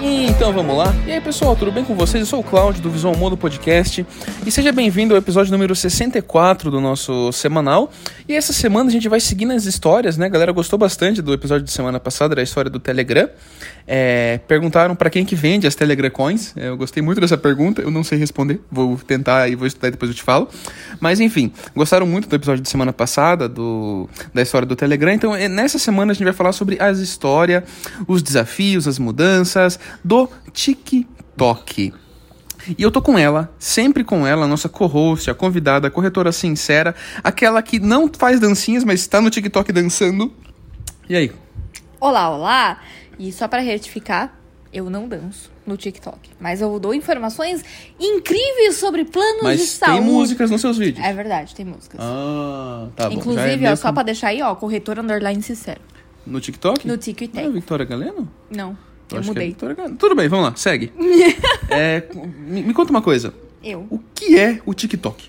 Então vamos lá? E aí pessoal, tudo bem com vocês? Eu sou o Cláudio do Visual Modo Podcast e seja bem-vindo ao episódio número 64 do nosso semanal. E essa semana a gente vai seguindo as histórias, né? A galera gostou bastante do episódio de semana passada, da história do Telegram. É, perguntaram para quem que vende as Telegram Coins. É, Eu gostei muito dessa pergunta, eu não sei responder, vou tentar e vou estudar e depois eu te falo. Mas enfim, gostaram muito do episódio de semana passada, do, da história do Telegram. Então, é, nessa semana a gente vai falar sobre as histórias, os desafios, as mudanças do TikTok. E eu tô com ela, sempre com ela, a nossa co-host, a convidada, a corretora sincera, aquela que não faz dancinhas, mas está no TikTok dançando. E aí? Olá, olá! E só pra retificar, eu não danço no TikTok. Mas eu dou informações incríveis sobre planos de Mas saúde. tem músicas nos seus vídeos. É verdade, tem músicas. Ah, tá bom. Já é Inclusive, ó, mesmo só pra deixar aí, ó, corretora underline sincero. No TikTok? Não No é TikTok. Victoria Galeno? Não, eu acho que é mudei. Victoria Galeno. Tudo bem, vamos lá, segue. É, me, me conta uma coisa. Eu. O que é o TikTok?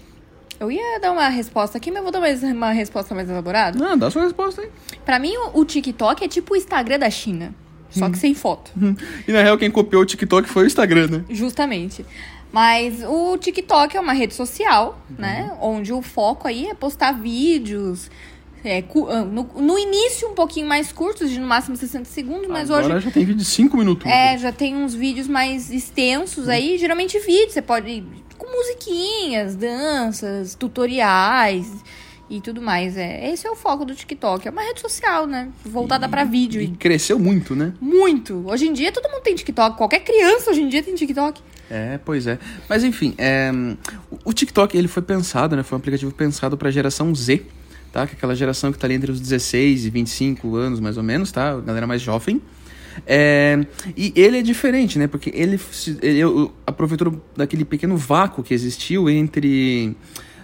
Eu ia dar uma resposta aqui, mas eu vou dar mais- uma resposta mais elaborada. Ah, dá a sua resposta aí. Pra mim, o, o TikTok é tipo o Instagram da China. Só Hum. que sem foto. E na real, quem copiou o TikTok foi o Instagram, né? Justamente. Mas o TikTok é uma rede social, né? Onde o foco aí é postar vídeos. é, cu- ah, no, no início, um pouquinho mais curtos, de no máximo 60 segundos, mas Agora é hoje. já tem vídeo de 5 minutos. É, já tem uns vídeos mais extensos aí, geralmente vídeos, você pode. com musiquinhas, danças, tutoriais e tudo mais. É, esse é o foco do TikTok. É uma rede social, né? Voltada pra vídeo. E e cresceu muito, né? Muito! Hoje em dia todo mundo tem TikTok, qualquer criança hoje em dia tem TikTok. É, pois é. Mas enfim, é, o- o TikTok ele foi pensado, né? Foi um aplicativo pensado para a geração Z, tá? Que é aquela geração que tá ali entre os 16 e 25 anos, mais ou menos, tá? A galera mais jovem. É, e ele é diferente, né? Porque ele, se- ele o- aproveitou daquele pequeno vácuo que existiu entre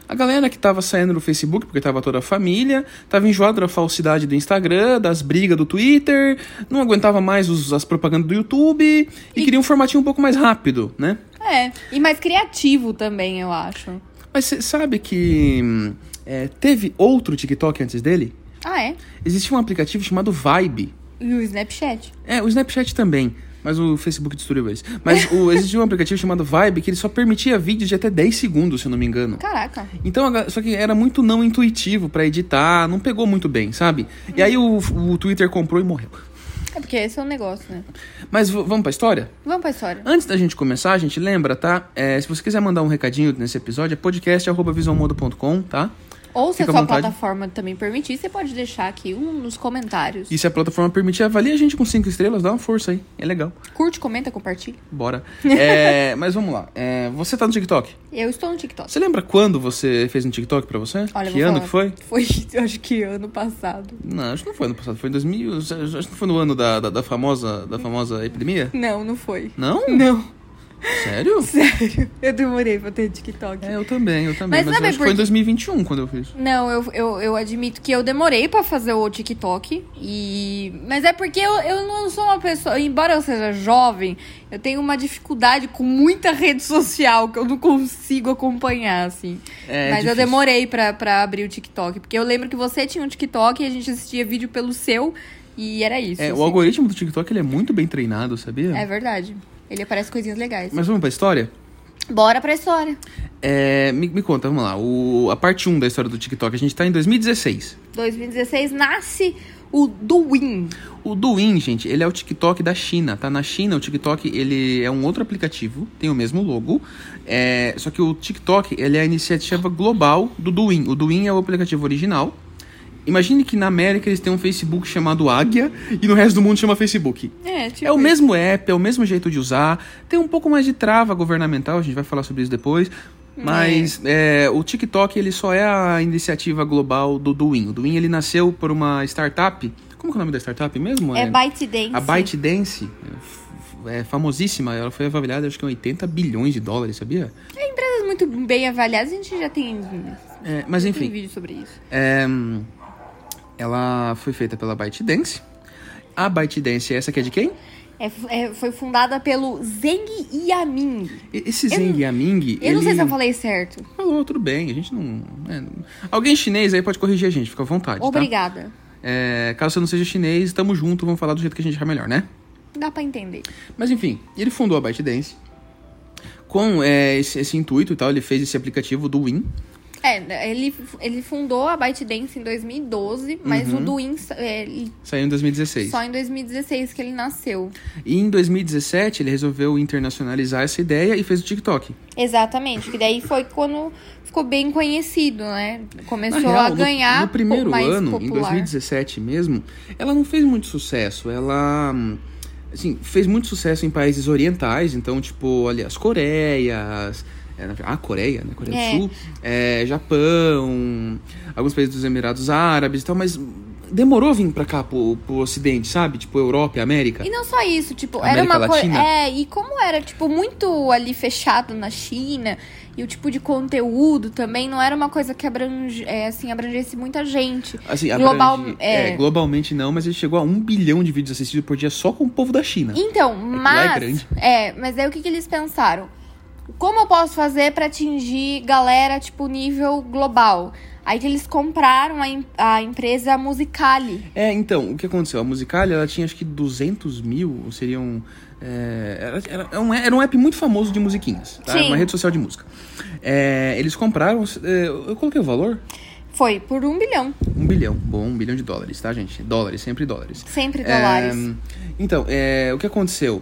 a galera que tava saindo do Facebook, porque tava toda a família, tava enjoada da falsidade do Instagram, das brigas do Twitter, não aguentava mais os- as propagandas do YouTube e queria um formatinho um pouco mais rápido, né? É, e mais criativo também, eu acho. Mas você sabe que hum, é, teve outro TikTok antes dele? Ah, é? Existia um aplicativo chamado Vibe. E o Snapchat. É, o Snapchat também, mas o Facebook destruiu eles. Mas o, existia um aplicativo chamado Vibe que ele só permitia vídeos de até 10 segundos, se eu não me engano. Caraca. Então, a ga- só que era muito não intuitivo pra editar, não pegou muito bem, sabe? E aí o, o Twitter comprou e morreu. É porque esse é o negócio, né? Mas v- vamos pra história? Vamos pra história. Antes da gente começar, a gente lembra, tá? É, se você quiser mandar um recadinho nesse episódio, é podcast.visualmodo.com, tá? Ou se a Fica à sua vontade. plataforma também permitir, você pode deixar aqui um nos comentários. E se a plataforma permitir, avalia a gente com cinco estrelas, dá uma força aí. É legal. Curte, comenta, compartilha. Bora. É, mas vamos lá. É, você tá no TikTok. Eu estou no TikTok. Você lembra quando você fez um TikTok pra você? Olha, eu que vou ano falar. que foi? Foi, eu acho que ano passado. Não, acho que não foi ano passado. Foi em 2000. Acho que não foi no ano da, da, da famosa, da famosa epidemia? Não, não foi. Não? Não, Sério? sério. Eu demorei pra ter TikTok. É, eu também, eu também. Mas, Mas eu sabe acho que por foi em quê? 2021 quando eu fiz. Não, eu, eu, eu admito que eu demorei pra fazer o TikTok. E... Mas é porque eu, eu não sou uma pessoa. Embora eu seja jovem, eu tenho uma dificuldade com muita rede social que eu não consigo acompanhar, assim. É, Mas eu difícil. demorei pra, pra abrir o TikTok. Porque eu lembro que você tinha um TikTok e a gente assistia vídeo pelo seu. E era isso. É, assim. o algoritmo do TikTok ele é muito bem treinado, sabia? É verdade. Ele aparece coisinhas legais. Mas vamos pra história? Bora pra história. É, me, me conta, vamos lá. O, a parte 1 da história do TikTok, a gente tá em 2016. 2016 nasce o Duin. O Douyin, gente, ele é o TikTok da China, tá? Na China, o TikTok, ele é um outro aplicativo, tem o mesmo logo, é, só que o TikTok, ele é a iniciativa global do Douyin. O Douyin é o aplicativo original. Imagine que na América eles têm um Facebook chamado Águia e no resto do mundo chama Facebook. É, tipo. É o mesmo app, é o mesmo jeito de usar, tem um pouco mais de trava governamental, a gente vai falar sobre isso depois. Mas é, o TikTok ele só é a iniciativa global do Douyin. O Douyin ele nasceu por uma startup. Como que é o nome da startup mesmo? É ByteDance. A ByteDance é, f- é famosíssima, ela foi avaliada acho que em 80 bilhões de dólares, sabia? Empresas muito bem avaliadas, a gente já tem, É, mas tem enfim, vídeo sobre isso. é, hum, ela foi feita pela ByteDance. A ByteDance, essa aqui é de quem? É, é, foi fundada pelo Zeng Yamin. E- Esse Zeng Yaming. Eu não sei se eu falei certo. Falou, tudo bem, a gente não... é, não- Alguém chinês aí pode corrigir a gente, fica à vontade, tá? Obrigada. É, caso você não seja chinês, tamo junto, vamos falar do jeito que a gente achar melhor, né? Dá pra entender. Mas enfim, ele fundou a ByteDance com é, esse, esse intuito e tal. Ele fez esse aplicativo do Win. É, ele, ele fundou a ByteDance em 2012, mas Uhum. o do Insta, é, ele- Saiu em 2016. só em 2016 que ele nasceu. E em 2017 ele resolveu internacionalizar essa ideia e fez o TikTok. Exatamente, que daí foi quando ficou bem conhecido, né? Na Começou real, a no- ganhar no, po- primeiro mais ano, em popular. 2017 mesmo, ela não fez muito sucesso. Ela hum, assim, fez muito sucesso em países orientais, então tipo, olha, as Coreias, é, na- a Coreia, né, Coreia É. do Sul, é, Japão, alguns países dos Emirados Árabes e tal, mas demorou a vir pra cá pro, pro ocidente, sabe? Tipo Europa e América. E não só isso, tipo, América era uma coisa. Latina? É, e como era, tipo, muito ali fechado na China, e o tipo de conteúdo também não era uma coisa que abrange, é, assim, abrangesse muita gente. Assim, global- abrange- é. globalmente não, mas ele chegou a um bilhão de vídeos assistidos por dia só com o povo da China. Então, lá é mas. grande. É, mas aí o que, que eles pensaram? Como eu posso fazer pra atingir galera, tipo, nível global? Aí que eles compraram a, em- a empresa Musicali. É, então, o que aconteceu? A Musical.ly, ela tinha acho que 200 mil, ou seriam... É, era, era, um, era um app muito famoso de musiquinhas, tá? Sim. Uma rede social de música. É, eles compraram... é, eu coloquei o valor? Foi por um bilhão. Um bilhão. Bom, um bilhão de dólares, tá, gente? Dólares, sempre dólares. Sempre É, dólares. então, é, o que aconteceu?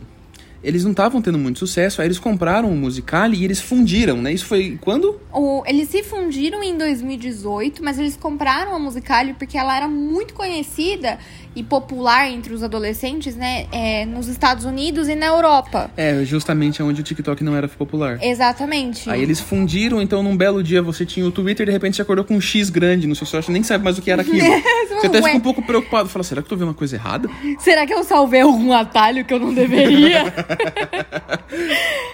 Eles não estavam tendo muito sucesso, aí eles compraram o Musical.ly e eles fundiram, né? Isso foi quando? O- eles se fundiram em 2018, mas eles compraram a Musical.ly porque ela era muito conhecida e popular entre os adolescentes, né? é, nos Estados Unidos e na Europa. É, justamente onde o TikTok não era popular. Exatamente. Aí eles fundiram, então num belo dia você tinha o Twitter e de repente você acordou com um X grande no seu social, nem sabe mais o que era aquilo. você até Ué. fica um pouco preocupado, fala, será que eu tô vendo uma coisa errada? Será que eu salvei algum atalho que eu não deveria?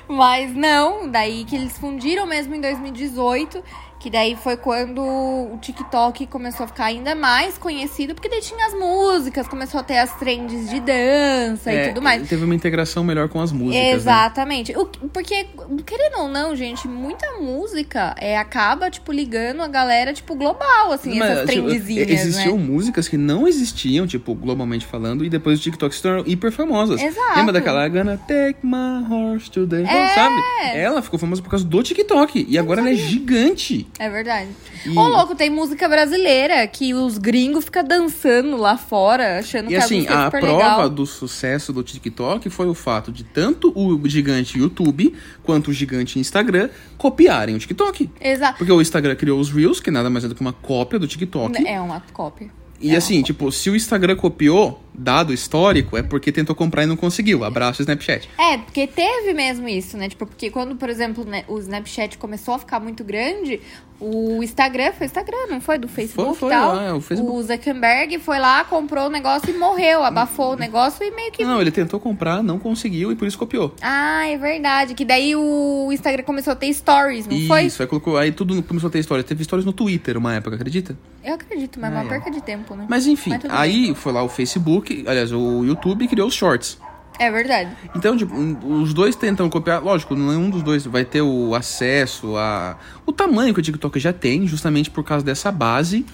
Mas não, daí que eles fundiram mesmo em 2018, que daí foi quando o TikTok começou a ficar ainda mais conhecido, porque daí tinha as músicas, começou a ter as trends de dança e É, tudo mais. Teve uma integração melhor com as músicas. né? Exatamente. O que- porque, querendo ou não, gente, muita música é, acaba, tipo, ligando a galera, tipo, global, assim, Mas, essas tipo, trendezinhas, existiam né? músicas que não existiam, tipo, globalmente falando, e depois o TikTok se tornaram hiper famosas. Exato. Lembra daquela Gonna Take My Horse Today? É. Sabe? Ela ficou famosa por causa do TikTok. E agora ela é gigante. É verdade. E- Ô, louco, tem música brasileira que os gringos ficam dançando lá fora, achando E que a assim, música é a super prova legal. do sucesso do TikTok foi o fato de tanto o gigante YouTube quanto o gigante Instagram copiarem o TikTok. Exato. Porque o Instagram criou os Reels, que nada mais é do que uma cópia do TikTok. É uma cópia. E é assim, tipo, se o Instagram copiou, dado histórico, é porque tentou comprar e não conseguiu. Abraço Snapchat. É, porque teve mesmo isso, né? Tipo, porque quando, por exemplo, né, o Snapchat começou a ficar muito grande, o Instagram foi Instagram, não foi? Do Facebook foi e tal. lá, é, o Facebook. O Zuckerberg foi lá, comprou o negócio e morreu, abafou o negócio e meio que. Não, ele tentou comprar, não conseguiu e por isso copiou. Ah, é verdade. Que daí o Instagram começou a ter stories, não isso, foi? aí colocou, aí tudo começou a ter história. Teve histórias no Twitter uma época, acredita? Eu acredito, mas é Ah, uma é. perca de tempo, né? Mas enfim, Mas tudo aí foi lá o Facebook, aliás, o YouTube criou os shorts. É verdade. Então, tipo, um- os dois tentam copiar. Lógico, nenhum dos dois vai ter o acesso a. O tamanho que o TikTok já tem, justamente por causa dessa base.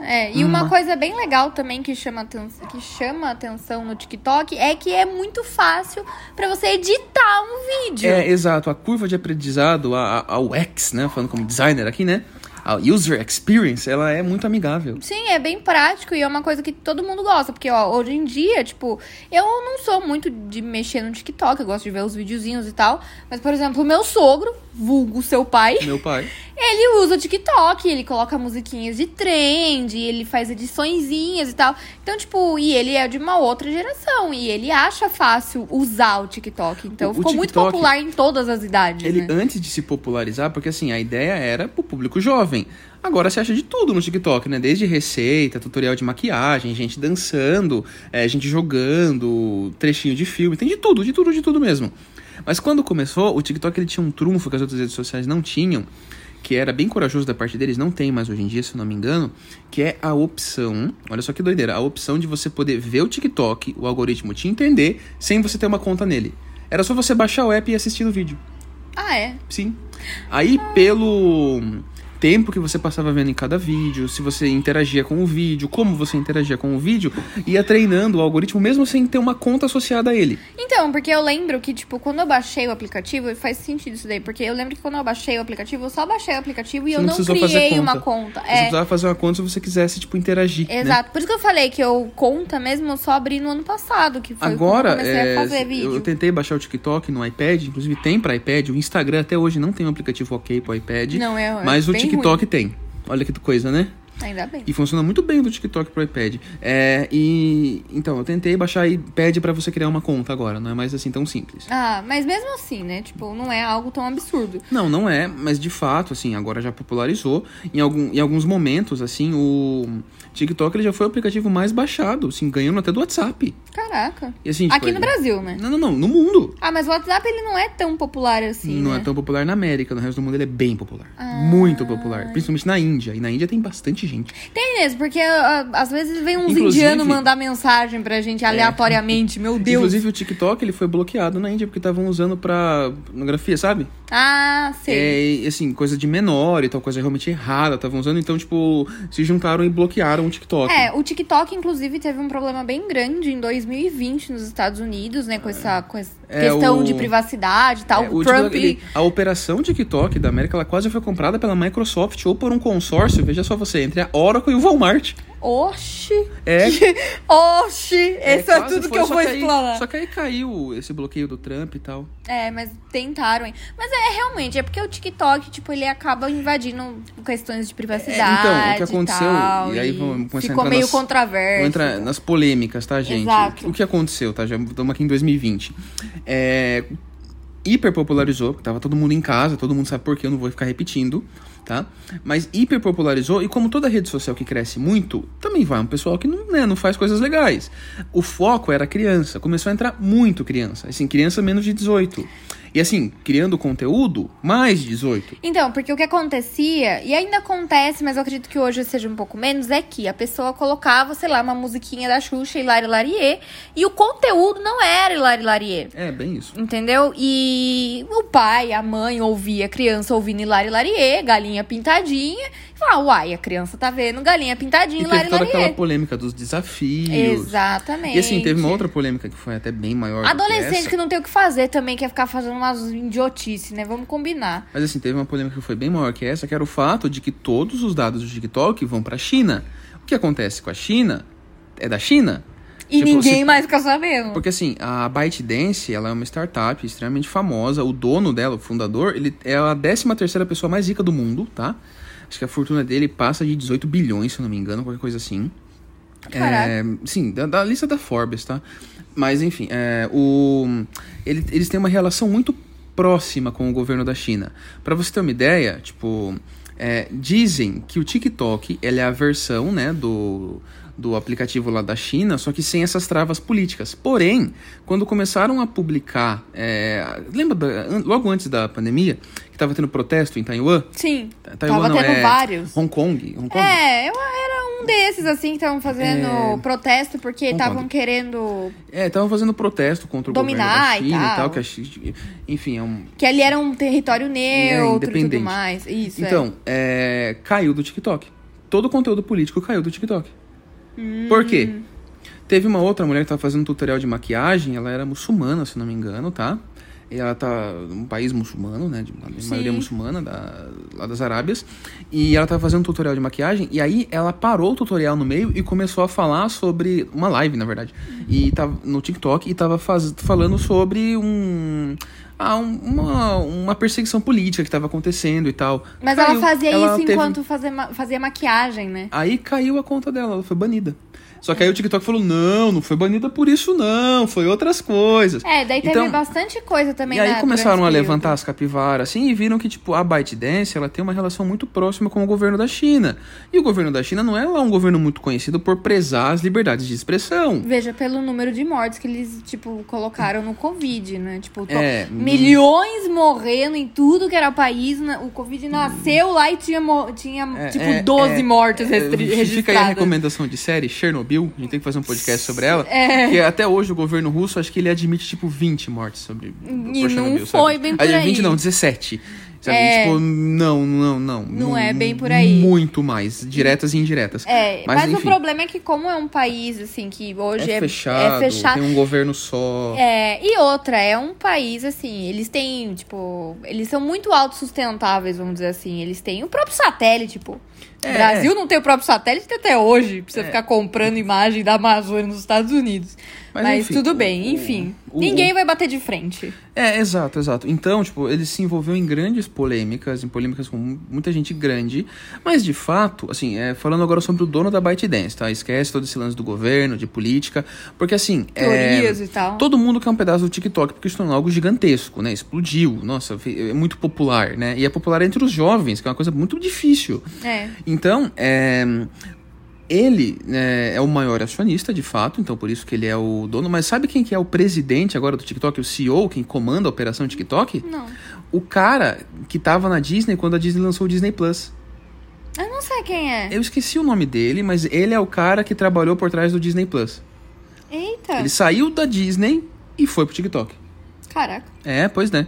É, e uma coisa bem legal também que chama, aten- que chama atenção no TikTok é que é muito fácil pra você editar um vídeo. É, exato. A curva de aprendizado, a, a, a UX, né? Falando como designer aqui, né? A User Experience, ela é muito amigável. Sim, é bem prático e é uma coisa que todo mundo gosta. Porque, ó, hoje em dia, tipo, eu não sou muito de mexer no TikTok, eu gosto de ver os videozinhos e tal. Mas, por exemplo, o meu sogro, vulgo seu pai, Meu pai. ele usa o TikTok, ele coloca musiquinhas de trend, ele faz ediçõezinhas e tal. Então, tipo, e ele é de uma outra geração e ele acha fácil usar o TikTok. Então, O- o ficou muito TikTok, popular em todas as idades, Ele, né? antes de se popularizar, porque assim, a ideia era pro público jovem. Agora você acha de tudo no TikTok, né? Desde receita, tutorial de maquiagem, gente dançando, eh, gente jogando, trechinho de filme, tem de tudo, de tudo, de tudo mesmo. Mas quando começou, o TikTok ele tinha um trunfo que as outras redes sociais não tinham, que era bem corajoso da parte deles, não tem mais hoje em dia, se eu não me engano, que é a opção, olha só que doideira, a opção de você poder ver o TikTok, o algoritmo te entender, sem você ter uma conta nele. Era só é. você baixar o app e assistir o vídeo. Ah, é. Sim. Aí pelo tempo que você passava vendo em cada vídeo, se você interagia com o vídeo, como você interagia com o vídeo, ia treinando o algoritmo mesmo sem ter uma conta associada a ele. Então, porque eu lembro que, tipo, quando eu baixei o aplicativo, e faz sentido isso daí, porque eu lembro que quando eu baixei o aplicativo, eu só baixei o aplicativo e Você eu não não precisou fazer criei conta. uma conta. Você É, precisava fazer uma conta se você quisesse, tipo, interagir. né? exato. Por isso que eu falei que eu conta mesmo, eu só abri no ano passado, que foi Agora, quando eu comecei é, a fazer eu vídeo. tentei baixar o TikTok no iPad, inclusive tem pra iPad, o Instagram até hoje não tem um aplicativo ok pro iPad, Não, é- é mas o bem TikTok tem. Olha que coisa, né? Ainda bem. E funciona muito bem o do TikTok pro iPad. É, e então, eu tentei baixar e pede pra você criar uma conta agora, não é mais assim tão simples. Ah, mas mesmo assim, né? Tipo, não é algo tão absurdo. Não, não é, mas de fato, assim, agora já popularizou. Em, algum, em alguns momentos, assim, o TikTok ele já foi o aplicativo mais baixado, assim, ganhando até do WhatsApp. Caraca. E, assim, tipo, Aqui ele- no Brasil, né? Não, não, não, no mundo. Ah, mas o WhatsApp ele não é tão popular assim, não né? Ah. é tão popular na América, no resto do mundo ele é bem popular. muito popular. Principalmente na Índia. E na Índia tem bastante gente. Tem mesmo, porque ah, às vezes vem uns Inclusive- É. indianos mandar mensagem pra gente aleatoriamente. Meu Deus. Inclusive o TikTok ele foi bloqueado na Índia porque estavam usando pra pornografia, sabe? Ah, sei. É, e, assim, coisa de menor e tal, coisa realmente errada, estavam usando, então, tipo, se juntaram e bloquearam o TikTok. É, o TikTok, inclusive, teve um problema bem grande em 2020 nos Estados Unidos, né? Com essa, com essa É, questão o- de privacidade e tal. É, o o Trump. TikTok, ele- a operação TikTok da América ela quase foi comprada pela Microsoft ou por um consórcio, veja só você, entre a Oracle e o Walmart. Oxi! É, Oxi! Isso é, quase tudo que foi, eu só vou aí- explanar. Só que aí caiu esse bloqueio do Trump e tal. É, mas tentaram, hein? Mas é realmente, é porque o TikTok, tipo, ele acaba invadindo questões de privacidade. É, então, o que aconteceu, E, tal, e aí vamos começar a Ficou entrar meio nas- controverso. Vou entrar nas polêmicas, tá, gente? Exato. O que aconteceu, tá? Já estamos aqui em 2020. É, hiperpopularizou, porque tava todo mundo em casa, todo mundo sabe por quê, eu não vou ficar repetindo, tá? Mas hiperpopularizou, e como toda rede social que cresce muito, também vai um pessoal que não, né, não faz coisas legais. O foco era criança, começou a entrar muito criança, assim, criança menos de 18. E assim, criando conteúdo, mais de 18. Então, porque o que acontecia, e ainda acontece, mas eu acredito que hoje seja um pouco menos, é que a pessoa colocava, sei lá, uma musiquinha da Xuxa, Hilari Larier, e o conteúdo não era Hilari Larier. É, bem isso. Entendeu? E o pai, a mãe ouvia a criança ouvindo Hilari Larier, galinha pintadinha, e falava, uai, a criança tá vendo galinha pintadinha, E teve Hilari toda aquela Larier. polêmica dos desafios. Exatamente. E assim, teve uma outra polêmica que foi até bem maior. do que Adolescente essa. que não tem o que fazer também, quer ficar fazendo umas idiotices, né? Vamos combinar. Mas assim, teve uma polêmica que foi bem maior que essa, que era o fato de que todos os dados do TikTok vão pra China. O que acontece com a China é da China. E Tipo, ninguém se- mais fica sabendo. Porque assim, a ByteDance, ela é uma startup extremamente famosa. O dono dela, o fundador, ele é a 13 terceira pessoa mais rica do mundo, tá? Acho que a fortuna dele passa de 18 bilhões, se eu não me engano, qualquer coisa assim. Caraca. É, sim, da, da lista da Forbes, tá? Mas enfim, é, o, ele- eles têm uma relação muito próxima com o governo da China. Pra você ter uma ideia, tipo, é, dizem que o TikTok ele é a versão, né, do do aplicativo lá da China, só que sem essas travas políticas. Porém, quando começaram a publicar, é, lembra da- an- logo antes da pandemia que tava tendo protesto em Taiwan? Sim. Ta- Tava não, tendo é vários. Hong Kong, Hong Kong. É, eu era um desses, assim, que estavam fazendo É. protesto porque Concordo. estavam querendo. É, estavam fazendo protesto contra o Dominar governo da China e e tal. tal. que a Chi- enfim, é um. Que ali era um território neutro e tudo É, independente. mais. Isso, é. Então, é, caiu do TikTok. Todo o conteúdo político caiu do TikTok. Hum. Por quê? Teve uma outra mulher que tava fazendo um tutorial de maquiagem, ela era muçulmana, se não me engano, tá? E ela tá num país muçulmano, né? De ma- maioria muçulmana, da- lá das Arábias. E ela tava fazendo um tutorial de maquiagem. E aí ela parou o tutorial no meio e começou a falar sobre. Uma live, na verdade. E tava no TikTok e tava faz- falando sobre um. Ah, um- uma, uma perseguição política que tava acontecendo e tal. Mas Caiu. ela fazia Ela isso teve- enquanto fazia, ma- fazia maquiagem, né? Aí caiu a conta dela, ela foi banida. Só que aí o TikTok falou: não, não foi banida por isso, não, foi outras coisas. É, daí teve Então- bastante coisa também E aí na- começaram durante a o período. levantar as capivaras, assim, e viram que, tipo, a ByteDance, ela tem uma relação muito próxima com o governo da China. E o governo da China não é lá um governo muito conhecido por prezar as liberdades de expressão. Veja, pelo número de mortes que eles, tipo, colocaram no Covid, né? Tipo, to- É, milhões morrendo em tudo que era país. né? O Covid nasceu lá e tinha, mo- tinha É, tipo, é, 12 é, mortes é, restri- Fica aí a registradas. recomendação de série, Chernobyl, a gente tem que fazer um podcast sobre ela. É. Que até hoje o governo russo, acho que ele admite, tipo, 20 mortes sobre E não Chernobyl, foi sabe? bem por aí. 20 não, 17. Sabe? É. Tipo, não, não, não. Não Mu- é bem por aí. Muito mais, diretas e indiretas. É, Mas, mas, o enfim. problema é que como é um país, assim, que hoje é, é fechado, é fechado tem um governo só. É, e outra, é um país assim, eles têm, tipo, eles são muito autossustentáveis, vamos dizer assim. Eles têm o próprio satélite, tipo. O É. Brasil não tem o próprio satélite até hoje, pra você ficar comprando imagem da Amazônia nos Estados Unidos. Mas, enfim, tudo o- bem, o- enfim. o- Ninguém vai bater de frente. É, exato, exato. Então, tipo, ele se envolveu em grandes polêmicas, em polêmicas com muita gente grande, mas de fato, assim, é, falando agora sobre o dono da ByteDance, tá? Esquece todo esse lance do governo, de política, porque assim, é, Teorias e tal. todo mundo quer um pedaço do TikTok, porque isso é algo gigantesco, né? Explodiu, nossa, fe- é muito popular, né? E é popular entre os jovens, que é uma coisa muito difícil. É. Então, é, ele né, é, o maior acionista, de fato, então por isso que ele é o dono. Mas sabe quem que é o presidente agora do TikTok, o CEO, quem comanda a operação TikTok? Não. O cara que tava na Disney quando a Disney lançou o Disney Plus. Eu não sei quem é. Eu esqueci o nome dele, mas ele é o cara que trabalhou por trás do Disney Plus. Eita. Ele saiu da Disney e foi pro TikTok. Caraca, É, pois né.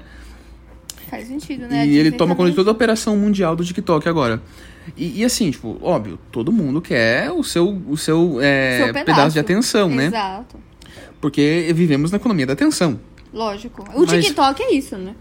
faz sentido, né? A E ele Disney toma conta também. de toda a operação mundial do TikTok agora. E, e assim, tipo, óbvio, todo mundo quer o seu, o seu, é, Seu pedaço. pedaço. de atenção, né? Exato. Porque vivemos na economia da atenção. Lógico. O Mas- TikTok é isso, né?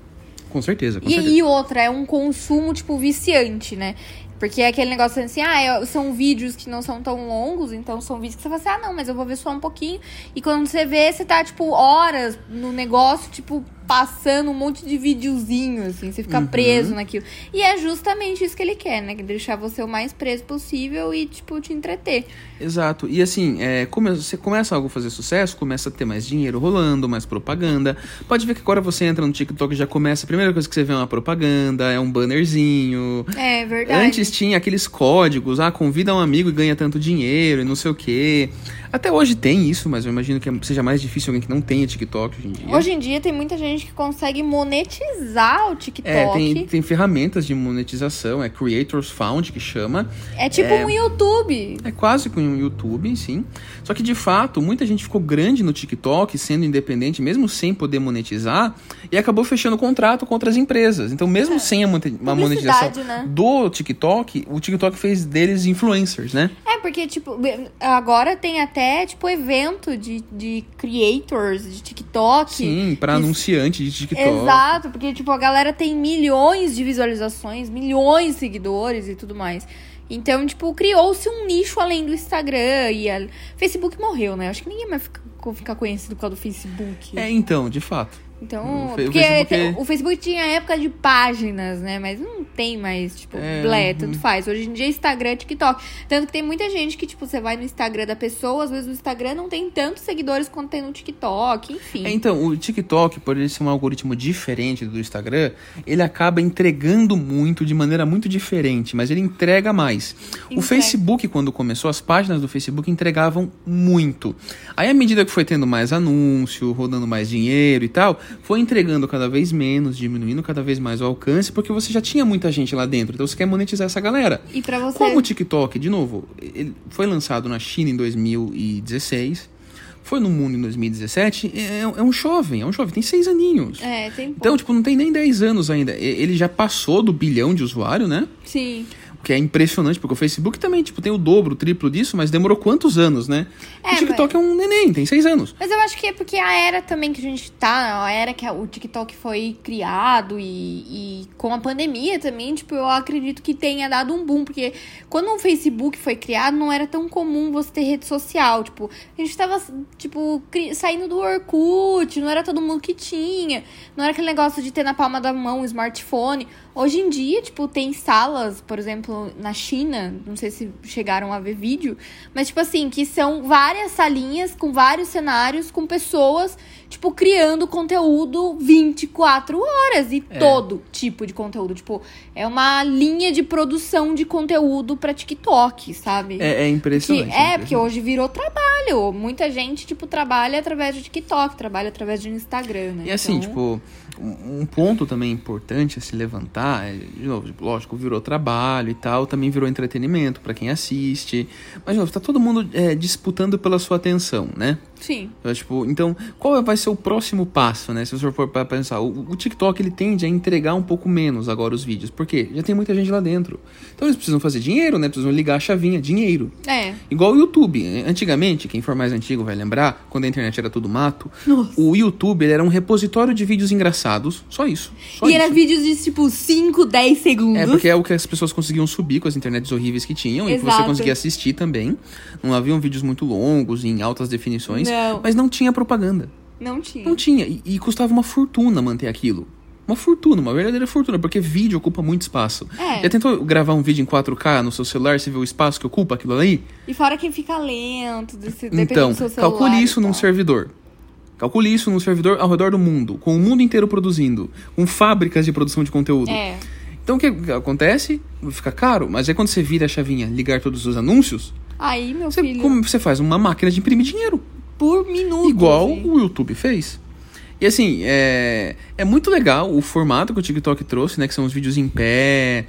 Com certeza, com certeza. E, e outra, é um consumo, tipo, viciante, né? Porque é aquele negócio assim, ah, é- são vídeos que não são tão longos, então são vídeos que você fala assim, ah, não, mas eu vou ver só um pouquinho. E quando você vê, você tá, tipo, horas no negócio, tipo, passando um monte de videozinho, assim, você fica Uhum. preso naquilo. E é justamente isso que ele quer, né? Deixar você o mais preso possível e, tipo, te entreter. Exato. E assim, é, come- você começa algo a fazer sucesso, começa a ter mais dinheiro rolando, mais propaganda. Pode ver que agora você entra no TikTok e já começa, a primeira coisa que você vê é uma propaganda, é um bannerzinho. É verdade. Antes tinha aqueles códigos, ah, convida um amigo e ganha tanto dinheiro e não sei o quê. Até hoje tem isso, mas eu imagino que seja mais difícil alguém que não tenha TikTok hoje em dia. Hoje em dia tem muita gente que consegue monetizar o TikTok. é, tem, tem ferramentas de monetização, é Creators Found que chama. É tipo um YouTube. É quase com o YouTube, sim. Só que de fato, muita gente ficou grande no TikTok, sendo independente, mesmo sem poder monetizar, e acabou fechando contrato com outras empresas. Então, mesmo sem a, monte- a monetização É. Publicidade, né? do TikTok, o TikTok fez deles influencers, né? É, porque, tipo, agora tem até, tipo, evento de, de creators, de TikTok. Sim, pra Isso. anunciante de TikTok. Exato, porque, tipo, a galera tem milhões de visualizações, milhões de seguidores e tudo mais. Então, tipo, criou-se um nicho além do Instagram e a... Facebook morreu, né? Acho que ninguém mais fica, fica conhecido por causa do Facebook. É, então, de fato. Então, o fe- o porque Facebook te- é- o Facebook tinha época de páginas, né? Mas não tem mais, tipo, É, blé, tanto faz. Hoje em dia, Instagram é TikTok. Tanto que tem muita gente que, tipo, você vai no Instagram da pessoa, às vezes no Instagram não tem tantos seguidores quanto tem no TikTok, enfim. É, então, o TikTok, por ele ser um algoritmo diferente do Instagram, ele acaba entregando muito de maneira muito diferente, mas ele entrega mais. O Entrega. Facebook, quando começou, as páginas do Facebook entregavam muito. Aí, à medida que foi tendo mais anúncio, rodando mais dinheiro e tal, foi entregando cada vez menos, diminuindo cada vez mais o alcance, porque você já tinha muita gente lá dentro, então você quer monetizar essa galera. E pra você. É, então, Como o TikTok, de novo, ele foi lançado na China em 2016, foi no mundo em 2017, é, é um jovem, é um jovem, tem seis aninhos. É, tem pouco. Então, tipo, não tem nem 10 anos ainda. E- Ele já passou do bilhão de usuário, né? Sim. O que é impressionante, porque o Facebook também, tipo, tem o dobro, o triplo disso, mas demorou quantos anos, né? É, o TikTok é um neném, tem seis anos. Mas eu acho que é porque a era também que a gente tá, a era que a- o TikTok foi criado e, e com a pandemia também, tipo, eu acredito que tenha dado um boom, porque quando o Facebook foi criado, não era tão comum você ter rede social, tipo, a gente tava, tipo, cri- saindo do Orkut, não era todo mundo que tinha, não era aquele negócio de ter na palma da mão um smartphone. Hoje em dia, tipo, tem salas, por exemplo, na China, não sei se chegaram a ver vídeo, mas, tipo assim, que são várias salinhas com vários cenários, com pessoas, tipo, criando conteúdo 24 horas e É. todo tipo de conteúdo. Tipo, é uma linha de produção de conteúdo pra TikTok, sabe? É, é Que, impressionante. é, porque hoje virou trabalho. Muita gente, tipo, trabalha através de TikTok, trabalha através de Instagram, né? E assim, Então, tipo, é, um um ponto também importante a se levantar, é, de novo, tipo, lógico, virou trabalho e tal, também virou entretenimento para quem assiste. Mas, novo, tá todo mundo é, disputando pela sua atenção, né? Sim. Então, tipo, então, qual vai ser o próximo passo, né? Se você for pra pensar, o, o TikTok ele tende a entregar um pouco menos agora os vídeos. Por quê? Já tem muita gente lá dentro. Então eles precisam fazer dinheiro, né? Precisam ligar a chavinha, dinheiro. É. Igual o YouTube. Antigamente, quem for mais antigo vai lembrar, quando a internet era tudo mato, Nossa. o YouTube ele era um repositório de vídeos engraçados. Só isso. Só e isso. era vídeos de tipo 5, 10 segundos. É porque é o que as pessoas conseguiam subir com as internets horríveis que tinham e que você Exato. conseguia assistir também. Não haviam vídeos muito longos em altas definições, Não. mas não tinha propaganda. Não tinha. Não tinha. E, e custava uma fortuna manter aquilo. Uma fortuna, uma verdadeira fortuna, porque vídeo ocupa muito espaço. É. Já tentou gravar um vídeo em 4K no seu celular, você vê o espaço que ocupa aquilo ali? E fora quem fica lento, desse, dependendo então, do seu celular. calcule e isso num tal. servidor. Calcule isso num servidor ao redor do mundo, com o mundo inteiro produzindo, com fábricas de produção de conteúdo. É. Então o que acontece? Fica caro, mas aí quando você vira a chavinha, ligar todos os anúncios, Aí, meu você, filho, como você faz uma máquina de imprimir dinheiro, por minuto. igual assim. o YouTube fez. E assim, é, é muito legal o formato que o TikTok trouxe, né? Que são os vídeos em pé,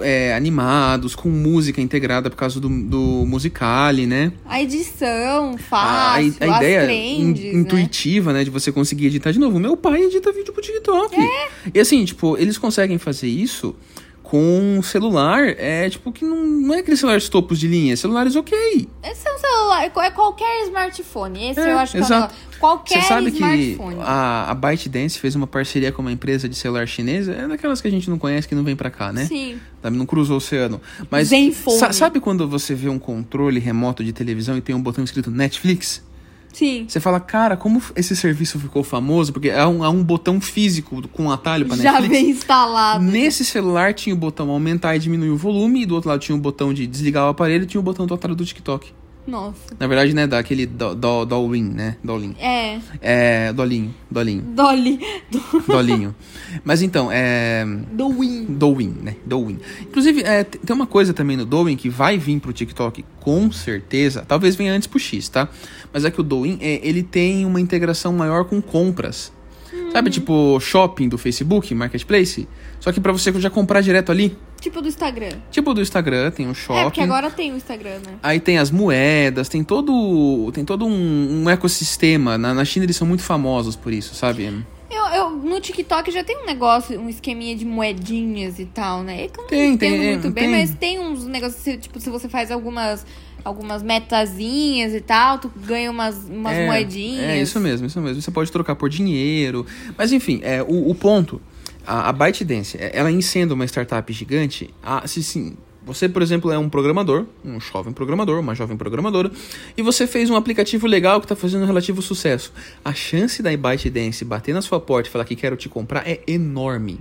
é, animados, com música integrada por causa do, do Musicali, né? A edição, a, a fácil, a ideia Ah, as trends, in- né? intuitiva, né? De você conseguir editar de novo. Meu pai edita vídeo pro TikTok. É? E assim, tipo, eles conseguem fazer isso com um celular, é tipo, que não, não é aqueles celulares topos de linha, é celulares ok. Esse é um celular, é qualquer smartphone. Esse É, eu acho que exato. é um Você Qualquer sabe que smartphone. a, a ByteDance fez uma parceria com uma empresa de celular chinesa, é daquelas que a gente não conhece, que não vem pra cá, né? Sim. Sabe, Não cruza o oceano. Mas Zenfone. sa- sabe quando você vê um controle remoto de televisão e tem um botão escrito Netflix? Sim. Você fala, cara, como esse serviço ficou famoso? Porque há um, há um botão físico com um atalho pra Já Netflix. vem instalado. Nesse celular tinha o botão aumentar e diminuir o volume, e do outro lado tinha o botão de desligar o aparelho e tinha o botão do atalho do TikTok. Nossa. Na verdade, né, daquele do, do, Dolin, né? Dolin. É. É, Dolinho, Dolinho, Dolly. Do, Dolinho. Mas então, é... do Win. Dowin, né? Dowin. Inclusive, é, t- tem uma coisa também no Dowin que vai vir pro TikTok com certeza. Talvez venha antes pro X, tá? Mas é que o Dowin, é, ele tem uma integração maior com compras. Hum. Sabe, tipo, shopping do Facebook, Marketplace? Só que pra você já comprar direto ali. Tipo do Instagram. Tipo do Instagram, tem o É, shopping. porque agora tem o Instagram, né? Aí tem as moedas, tem todo, tem todo um, um ecossistema. Na, na China eles são muito famosos por isso, sabe? Eu, eu, no TikTok já tem um negócio, um esqueminha de moedinhas e tal, né? Eu não Tem, tem, entendo é, muito bem, tem. mas tem uns negócios, se- tipo, se você faz algumas, algumas metazinhas e tal, tu ganha umas, umas é, moedinhas. É, isso mesmo, isso mesmo. Você pode trocar por dinheiro. Mas enfim, é, o, o ponto, a, a ByteDance, é, ela em sendo uma startup gigante, a, se sim, você, por exemplo, é um programador, um jovem programador, uma jovem programadora, e você fez um aplicativo legal que está fazendo um relativo sucesso. A chance da ByteDance bater na sua porta e falar que quero te comprar é enorme.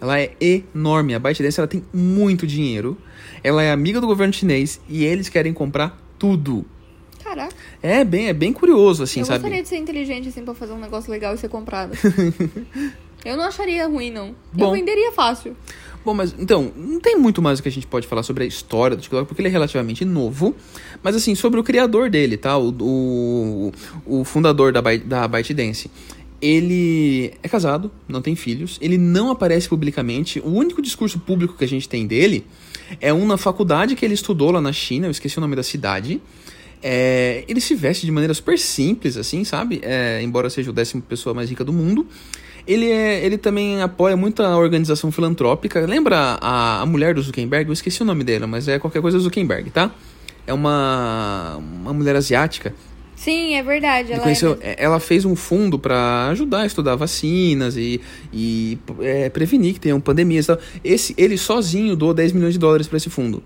Ela é enorme. A ByteDance ela tem muito dinheiro. Ela é amiga do governo chinês e eles querem comprar tudo. Caraca, É bem, é bem curioso assim, eu sabe? gostaria de ser inteligente, assim, pra fazer um negócio legal e ser comprado. eu não acharia ruim, não. Bom. Eu venderia fácil. Bom, mas então, não tem muito mais o que a gente pode falar sobre a história do TikTok, porque ele é relativamente novo. Mas assim, sobre o criador dele, tá? O, o, o fundador da, Bai- da ByteDance. Ele é casado, não tem filhos, ele não aparece publicamente. O único discurso público que a gente tem dele é um na faculdade que ele estudou lá na China, eu esqueci o nome da cidade. É, ele se veste de maneira super simples, assim, sabe? É, embora seja o décimo pessoa mais rica do mundo. Ele, é, ele também apoia muito a organização filantrópica. Lembra a, a mulher do Zuckerberg? Eu esqueci o nome dela, mas é qualquer coisa Zuckerberg, tá? É uma, uma mulher asiática. Sim, é verdade. Ele Ela conheceu- é... é- ela fez um fundo pra ajudar a estudar vacinas e, e é, prevenir que tenham pandemias e tal. Esse, ele sozinho doou 10 milhões de dólares pra esse fundo.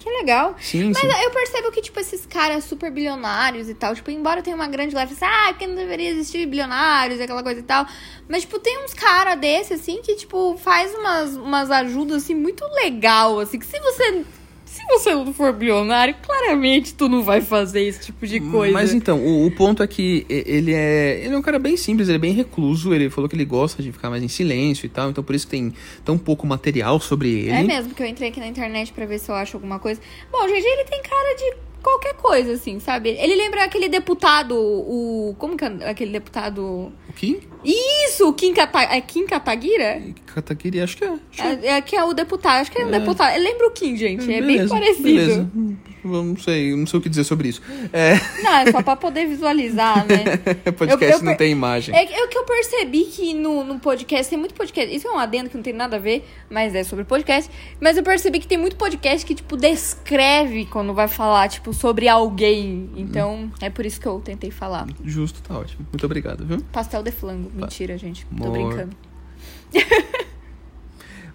Que legal. Sim, sim. Mas eu percebo que, tipo, esses caras super bilionários e tal, tipo, embora tenha uma grande leve, assim, ah, porque não deveria existir bilionários e aquela coisa e tal. Mas, tipo, tem uns caras desse, assim, que, tipo, faz umas, umas ajudas, assim, muito legal, assim, que se você. Se você não for bilionário, claramente tu não vai fazer esse tipo de coisa. Mas então, o, o ponto é que e- ele é, ele é um cara bem simples, ele é bem recluso, ele falou que ele gosta de ficar mais em silêncio e tal, então por isso que tem tão pouco material sobre ele. É mesmo, que eu entrei aqui na internet pra ver se eu acho alguma coisa. Bom, o GG, ele tem cara de qualquer coisa, assim, sabe? Ele lembra aquele deputado, o. Como que é aquele deputado. O Kim? Isso, o Kim, Kata... é Kim Kataguira? Kataguiri, acho que é. Acho que- É, é que é o deputado, acho que é um É. deputado. Ele lembra o Kim, gente, é, bem Beleza, parecido. Beleza. Hum, Eu não sei, não sei o que dizer sobre isso. É, Não, é só pra poder visualizar, né? podcast Eu- eu- não tem imagem. É, que- é o que eu percebi que no, no podcast, tem muito podcast. Isso é um adendo que não tem nada a ver, mas é sobre podcast. Mas eu percebi que tem muito podcast que, tipo, descreve quando vai falar, tipo, sobre alguém. Então, é por isso que eu tentei falar. Justo, tá ótimo. Muito obrigado, viu? Pastel de flango. Mentira, gente. Tô Amor. brincando.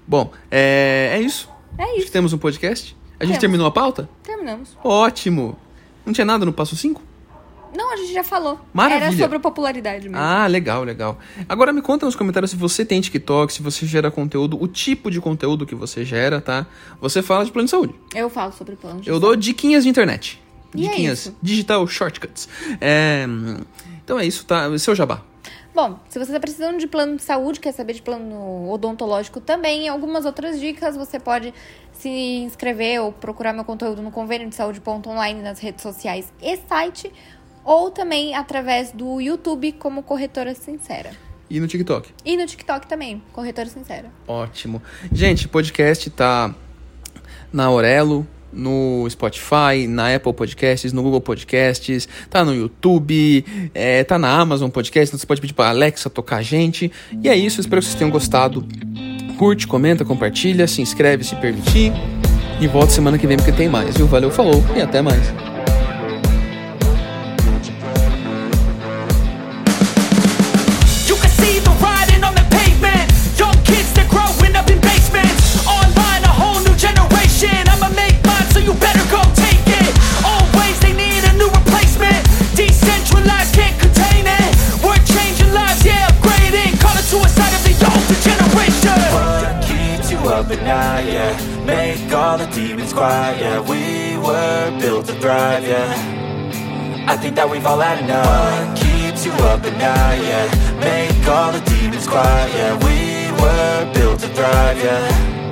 Bom, é, é isso. É Acho isso, que temos um podcast. A gente Temos. terminou a pauta? terminamos. Ótimo! Não tinha nada no passo 5? Não, a gente já falou. Era Maravilha. sobre popularidade mesmo. Ah, legal, legal. Agora me conta nos comentários se você tem TikTok, se você gera conteúdo, o tipo de conteúdo que você gera, tá? Você fala de plano de saúde. Eu falo sobre plano. de- Eu dou diquinhas de internet. E é Diquinhas. isso. Digital shortcuts. É, Então é isso, tá? Seu jabá. Bom, se você está precisando de plano de saúde, quer saber de plano odontológico também, e algumas outras dicas, você pode se inscrever ou procurar meu conteúdo no convênio de saúde.online nas redes sociais e site, ou também através do YouTube como Corretora Sincera. E no TikTok. E no TikTok também, Corretora Sincera. Ótimo. Gente, podcast tá na Aurelo, no Spotify, na Apple Podcasts, no Google Podcasts, tá no YouTube, é, tá na Amazon Podcasts, então você pode pedir pra Alexa tocar a gente. E é isso, espero que vocês tenham gostado. Curte, comenta, compartilha, se inscreve se permitir. E volta semana que vem porque tem mais, viu? Valeu, falou e até mais. You can see them riding on the pavement. Young kids, they're growing up in basements. Online, a whole new generation. I'ma make mine, so you better go take it. Always, they need a new replacement. Decentralized, can't contain it. We're changing lives, yeah, upgrading. Call it suicide of the older generation. What keeps you up at night, yeah Make all the demons quiet, yeah We were built to thrive, yeah I think that we've all had enough What keeps you up at night, yeah Make all the demons quiet, yeah We were built to thrive, yeah